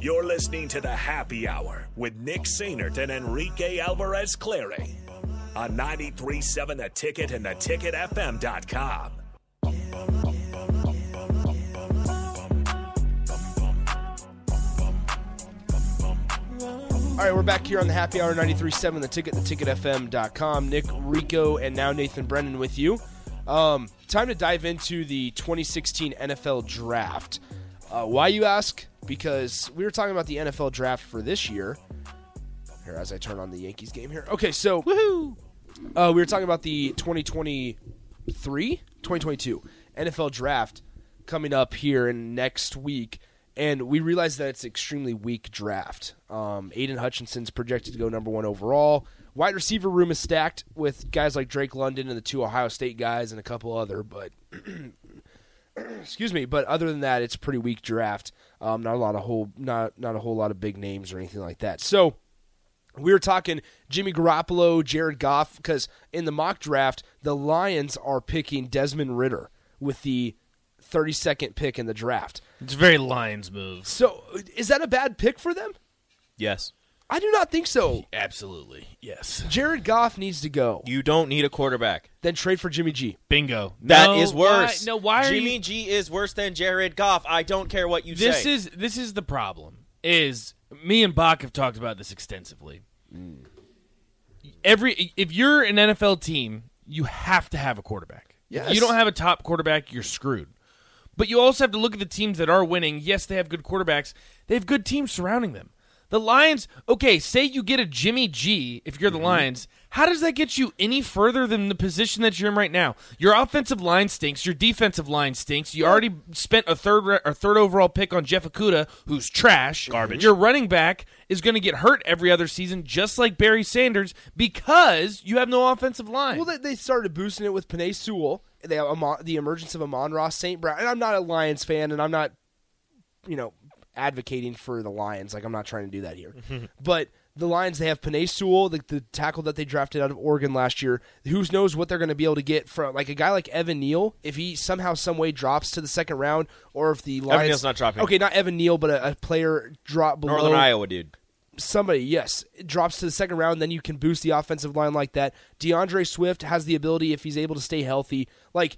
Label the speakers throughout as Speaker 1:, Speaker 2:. Speaker 1: You're listening to the Happy Hour with Nick Sainert and Enrique Alvarez Clary on 937 The Ticket and theticketfm.com.
Speaker 2: All right, we're back here on the Happy Hour 93.7, the ticket, theticketfm.com. Nick, Rico, and now Nathan Brennan with you. Um, time to dive into the 2016 NFL Draft. Uh, why, you ask? Because we were talking about the NFL Draft for this year. Here, as I turn on the Yankees game here. Okay, so Woohoo! Uh, we were talking about the 2023, 2022 NFL Draft coming up here in next week, and we realized that it's an extremely weak draft. Um, Aiden Hutchinson's projected to go number one overall. Wide receiver room is stacked with guys like Drake London and the two Ohio State guys and a couple other, but excuse me. But other than that, it's a pretty weak draft. Um, not a lot of whole, not not a whole lot of big names or anything like that. So we were talking Jimmy Garoppolo, Jared Goff, because in the mock draft, the Lions are picking Desmond Ritter with the 32nd pick in the draft.
Speaker 3: It's very Lions move.
Speaker 2: So is that a bad pick for them?
Speaker 4: Yes.
Speaker 2: I do not think so.
Speaker 3: Absolutely. Yes.
Speaker 2: Jared Goff needs to go.
Speaker 4: You don't need a quarterback.
Speaker 2: Then trade for Jimmy G.
Speaker 3: Bingo.
Speaker 4: That
Speaker 3: No,
Speaker 4: is worse.
Speaker 3: Why, no, why are
Speaker 4: Jimmy
Speaker 3: you?
Speaker 4: G is worse than Jared Goff. I don't care what you
Speaker 3: This
Speaker 4: say.
Speaker 3: is this is the problem. Is me and Bach have talked about this extensively. Every if you're an NFL team, you have to have a quarterback. If
Speaker 2: Yes.
Speaker 3: you don't have a top quarterback, you're screwed. But you also have to look at the teams that are winning. Yes, they have good quarterbacks. They have good teams surrounding them. The Lions, okay, say you get a Jimmy G if you're the Lions. How does that get you any further than the position that you're in right now? Your offensive line stinks. Your defensive line stinks. You already spent a third re- or third overall pick on Jeff Okuda, who's trash. Garbage. Your running back is going to get hurt every other season, just like Barry Sanders, because you have no offensive line.
Speaker 2: Well, they, they started boosting it with Panay Sewell. They have Amon, the emergence of Amon Ross St. Brown. And I'm not a Lions fan, and I'm not, you know, advocating for the Lions. Like, I'm not trying to do that here. but the Lions, they have Panay Sewell, the, the tackle that they drafted out of Oregon last year. Who knows what they're going to be able to get from, like, a guy like Evan Neal, if he somehow, some way drops to the second round, or if the Lions.
Speaker 4: Neal's not dropping.
Speaker 2: Okay, not Evan Neal, but a, a player drop below
Speaker 3: Oh.
Speaker 4: Northern Iowa, dude.
Speaker 2: somebody, yes, drops to the second round, then you can boost the offensive line like that. DeAndre Swift has the ability if he's able to stay healthy. Like,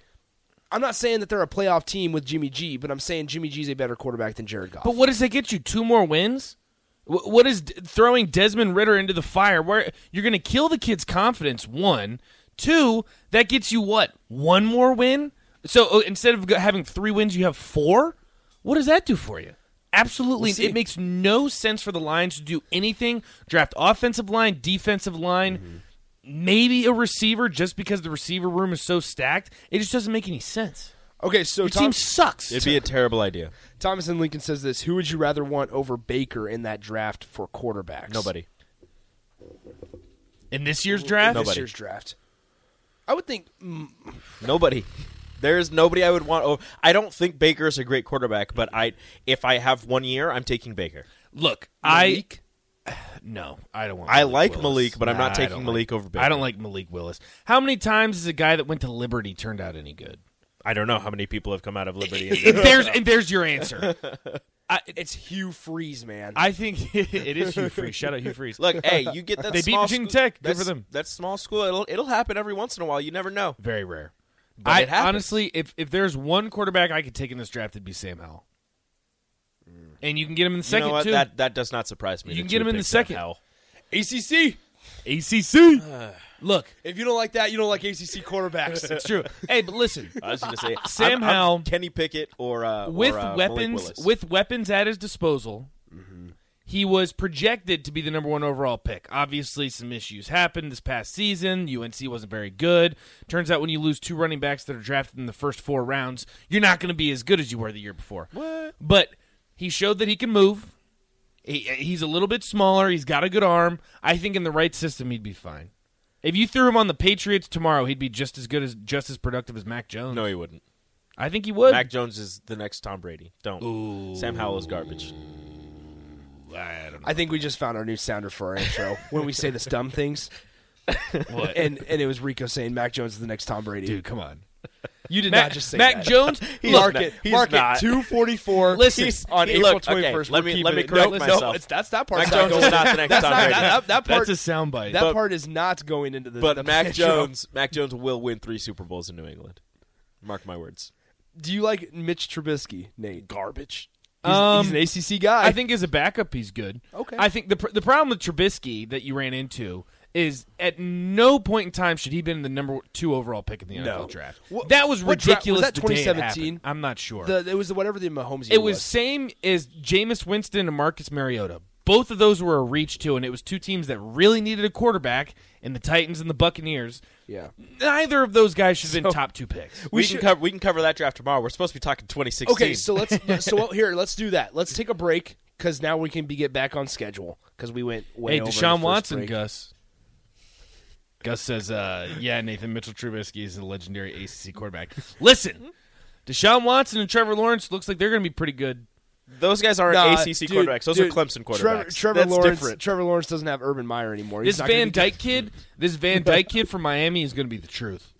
Speaker 2: I'm not saying that they're a playoff team with Jimmy G, but I'm saying Jimmy G's a better quarterback than Jared Goff.
Speaker 3: But what does that get you? Two more wins? Wh- What is d- throwing Desmond Ritter into the fire? Where you're going to kill the kid's confidence? One, two. That gets you what? One more win. So uh, instead of go- having three wins, you have four. What does that do for you? Absolutely,
Speaker 2: We'll see.
Speaker 3: it makes no sense for the Lions to do anything. Draft offensive line, defensive line, maybe a receiver, just because the receiver room is so stacked. It just doesn't make any sense.
Speaker 2: okay, so
Speaker 3: Your
Speaker 2: Tom-
Speaker 3: team sucks.
Speaker 4: It'd be a terrible idea.
Speaker 2: Thomas and Lincoln says this: Who would you rather want over Baker in that draft for quarterbacks?
Speaker 4: Nobody.
Speaker 3: in this year's draft.
Speaker 2: This
Speaker 4: Nobody.
Speaker 2: year's draft. I would think mm,
Speaker 4: Nobody. There is nobody I would want. Over. I don't think Baker is a great quarterback, but I, if I have one year, I'm taking Baker.
Speaker 3: Look,
Speaker 2: Malik.
Speaker 3: I no, I don't want.
Speaker 4: I like
Speaker 3: Willis.
Speaker 4: Malik, but I'm
Speaker 3: Nah,
Speaker 4: not
Speaker 3: I
Speaker 4: taking
Speaker 3: don't
Speaker 4: Malik
Speaker 3: like-
Speaker 4: over Baker.
Speaker 3: I don't like Malik Willis. How many times has a guy that went to Liberty turned out any good?
Speaker 4: I don't know how many people have come out of Liberty.
Speaker 3: And
Speaker 4: And
Speaker 3: there's and there's your answer.
Speaker 2: it's Hugh Freeze, man.
Speaker 3: I think it is Hugh Freeze. Shout out Hugh Freeze.
Speaker 4: Look, hey, you get that.
Speaker 3: They beat
Speaker 4: small
Speaker 3: Virginia
Speaker 4: school-
Speaker 3: Tech. Good
Speaker 4: that's-
Speaker 3: for them.
Speaker 4: That small school, it'll it'll happen every once in a while. You never know.
Speaker 3: very rare.
Speaker 4: But
Speaker 3: I
Speaker 4: it happens.
Speaker 3: honestly, if if there's one quarterback I could take in this draft, it'd be Sam Howell. And you can get him in the
Speaker 4: Mm. You
Speaker 3: second
Speaker 4: know what?
Speaker 3: too.
Speaker 4: That that does not surprise me.
Speaker 3: You
Speaker 4: that
Speaker 3: can get him in the
Speaker 4: picked Sam
Speaker 3: second.
Speaker 4: Howell.
Speaker 2: ACC.
Speaker 3: ACC. Look,
Speaker 2: If you don't like that, you don't like ACC quarterbacks.
Speaker 3: it's true. hey, but listen,
Speaker 4: I was going to say
Speaker 3: Sam
Speaker 4: I'm- I'm
Speaker 3: Howell-
Speaker 4: Kenny Pickett, or uh,
Speaker 3: with
Speaker 4: or, uh, Malik
Speaker 3: weapons
Speaker 4: Willis. Mm-hmm.
Speaker 3: with weapons at his disposal, he was projected to be the number one overall pick. Obviously, some issues happened this past season. UNC wasn't very good. Turns out when you lose two running backs that are drafted in the first four rounds, you're not going to be as good as you were the year before. What? But he showed that he can move. He, he's a little bit smaller. He's got a good arm. I think in the right system, he'd be fine. If you threw him on the Patriots tomorrow, he'd be just as good as just as productive as Mac Jones.
Speaker 4: No, he wouldn't.
Speaker 3: I think he would.
Speaker 4: Mac Jones is the next Tom Brady. Don't. Sam Howell is garbage.
Speaker 3: I don't know.
Speaker 2: I think we just found our new sounder for our intro when we say this dumb things.
Speaker 3: What?
Speaker 2: And and it was Rico saying Mac Jones is the next Tom Brady.
Speaker 3: Dude, come on.
Speaker 2: You did
Speaker 3: Mac,
Speaker 2: not just say
Speaker 3: Mac
Speaker 2: that.
Speaker 3: Jones.
Speaker 4: He's
Speaker 3: look,
Speaker 2: Mark
Speaker 4: not-
Speaker 2: it.
Speaker 4: he's
Speaker 2: mark
Speaker 4: not.
Speaker 2: it. Two forty four.
Speaker 3: Listen,
Speaker 2: on
Speaker 4: he-
Speaker 2: April
Speaker 4: look,
Speaker 2: twenty
Speaker 4: okay,
Speaker 2: first.
Speaker 4: let me-
Speaker 2: keeping
Speaker 4: let me
Speaker 2: it.
Speaker 4: correct
Speaker 2: no, No,
Speaker 4: myself.
Speaker 2: it's, that's that part.
Speaker 4: Mac Jones is not the next
Speaker 2: that's
Speaker 4: Tom
Speaker 2: not,
Speaker 4: Brady.
Speaker 2: that, that part.
Speaker 3: That's a soundbite.
Speaker 2: that
Speaker 3: But-
Speaker 2: part is not going into the. the
Speaker 4: But Mac
Speaker 2: pitch.
Speaker 4: Jones, Mac Jones will win three Super Bowls in New England. Mark my words.
Speaker 2: Do you like Mitch Trubisky? Nate garbage. He's,
Speaker 3: Um,
Speaker 2: he's an ACC guy.
Speaker 3: I think as a backup, he's good.
Speaker 2: Okay.
Speaker 3: I think the pr- the problem with Trubisky that you ran into is at no point in time should he been the number two overall pick in the NFL draft.
Speaker 2: Wha-
Speaker 3: that was
Speaker 2: what dra-
Speaker 3: ridiculous.
Speaker 2: was that
Speaker 3: the day it
Speaker 2: 2017?
Speaker 3: happened. I'm not sure.
Speaker 2: the, it was whatever the Mahomes. year
Speaker 3: it was same as Jameis Winston and Marcus Mariota. Both of those were a reach too, and it was two teams that really needed a quarterback in the Titans and the Buccaneers.
Speaker 2: Yeah.
Speaker 3: Neither of those guys should have been top two picks.
Speaker 4: We,
Speaker 2: should-
Speaker 4: can cover we can cover that draft tomorrow. We're supposed to be talking 2016.
Speaker 2: Okay, so let's so here let's do that. Let's take a break because now we can be get back on schedule because we went way.
Speaker 3: Hey,
Speaker 2: over the
Speaker 3: Deshaun
Speaker 2: first
Speaker 3: Watson,
Speaker 2: break.
Speaker 3: Gus. Gus says, uh, "Yeah, Nathan Mitchell Trubisky is a legendary ACC quarterback." Listen, Deshaun Watson and Trevor Lawrence looks like they're going to be pretty good.
Speaker 4: those guys aren't
Speaker 2: Nah,
Speaker 4: ACC
Speaker 2: dude,
Speaker 4: quarterbacks. Those
Speaker 2: dude,
Speaker 4: are Clemson quarterbacks.
Speaker 2: Trevor, Trevor
Speaker 4: That's
Speaker 2: Lawrence.
Speaker 4: different.
Speaker 2: Trevor Lawrence doesn't have Urban Meyer anymore. He's
Speaker 3: This
Speaker 2: not gonna
Speaker 3: Van
Speaker 2: be-
Speaker 3: Dyke kid, this Van Dyke kid from Miami is going to be the truth.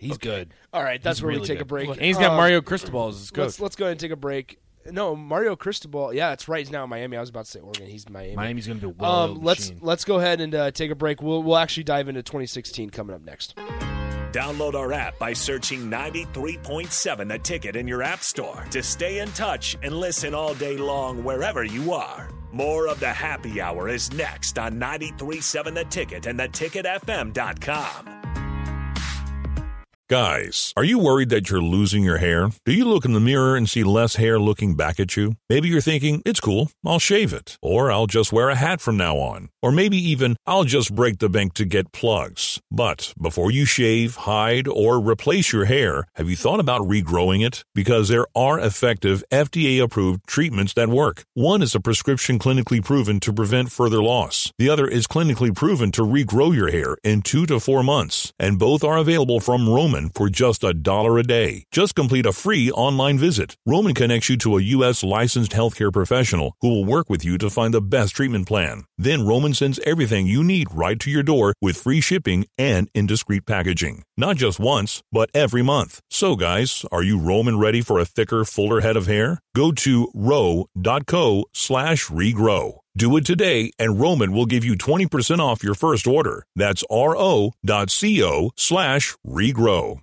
Speaker 3: He's good.
Speaker 2: All right, that's
Speaker 3: He's
Speaker 2: where we
Speaker 3: really
Speaker 2: take a
Speaker 3: good.
Speaker 2: break.
Speaker 3: And he's got
Speaker 2: Um,
Speaker 3: Mario Cristobal as his coach.
Speaker 2: Let's let's go ahead and take a break. No, Mario Cristobal. Yeah, that's right. He's now in Miami. I was about to say Oregon. He's Miami.
Speaker 3: Miami's going to be a well-oiled
Speaker 2: Um, let's
Speaker 3: machine.
Speaker 2: let's go ahead and uh, take a break. We'll we'll actually dive into 2016 coming up next.
Speaker 1: Download our app by searching 93.7 The Ticket in your app store to stay in touch and listen all day long wherever you are. More of the happy hour is next on 93.7 The Ticket and theticketfm.com.
Speaker 5: Guys, are you worried that you're losing your hair? Do you look in the mirror and see less hair looking back at you? Maybe you're thinking, it's cool, I'll shave it. Or I'll just wear a hat from now on. Or maybe even, I'll just break the bank to get plugs. But before you shave, hide, or replace your hair, have you thought about regrowing it? Because there are effective FDA approved treatments that work. One is a prescription clinically proven to prevent further loss. The other is clinically proven to regrow your hair in two to four months. And both are available from Roman for just a dollar a day. Just complete a free online visit. Roman connects you to a U.S. licensed healthcare professional who will work with you to find the best treatment plan. Then Roman sends everything you need right to your door with free shipping and indiscreet packaging. Not just once, but every month. So, guys, are you Roman ready for a thicker, fuller head of hair? Go to row.co slash regrow. Do it today, and Roman will give you 20% off your first order. That's ro.co slash regrow.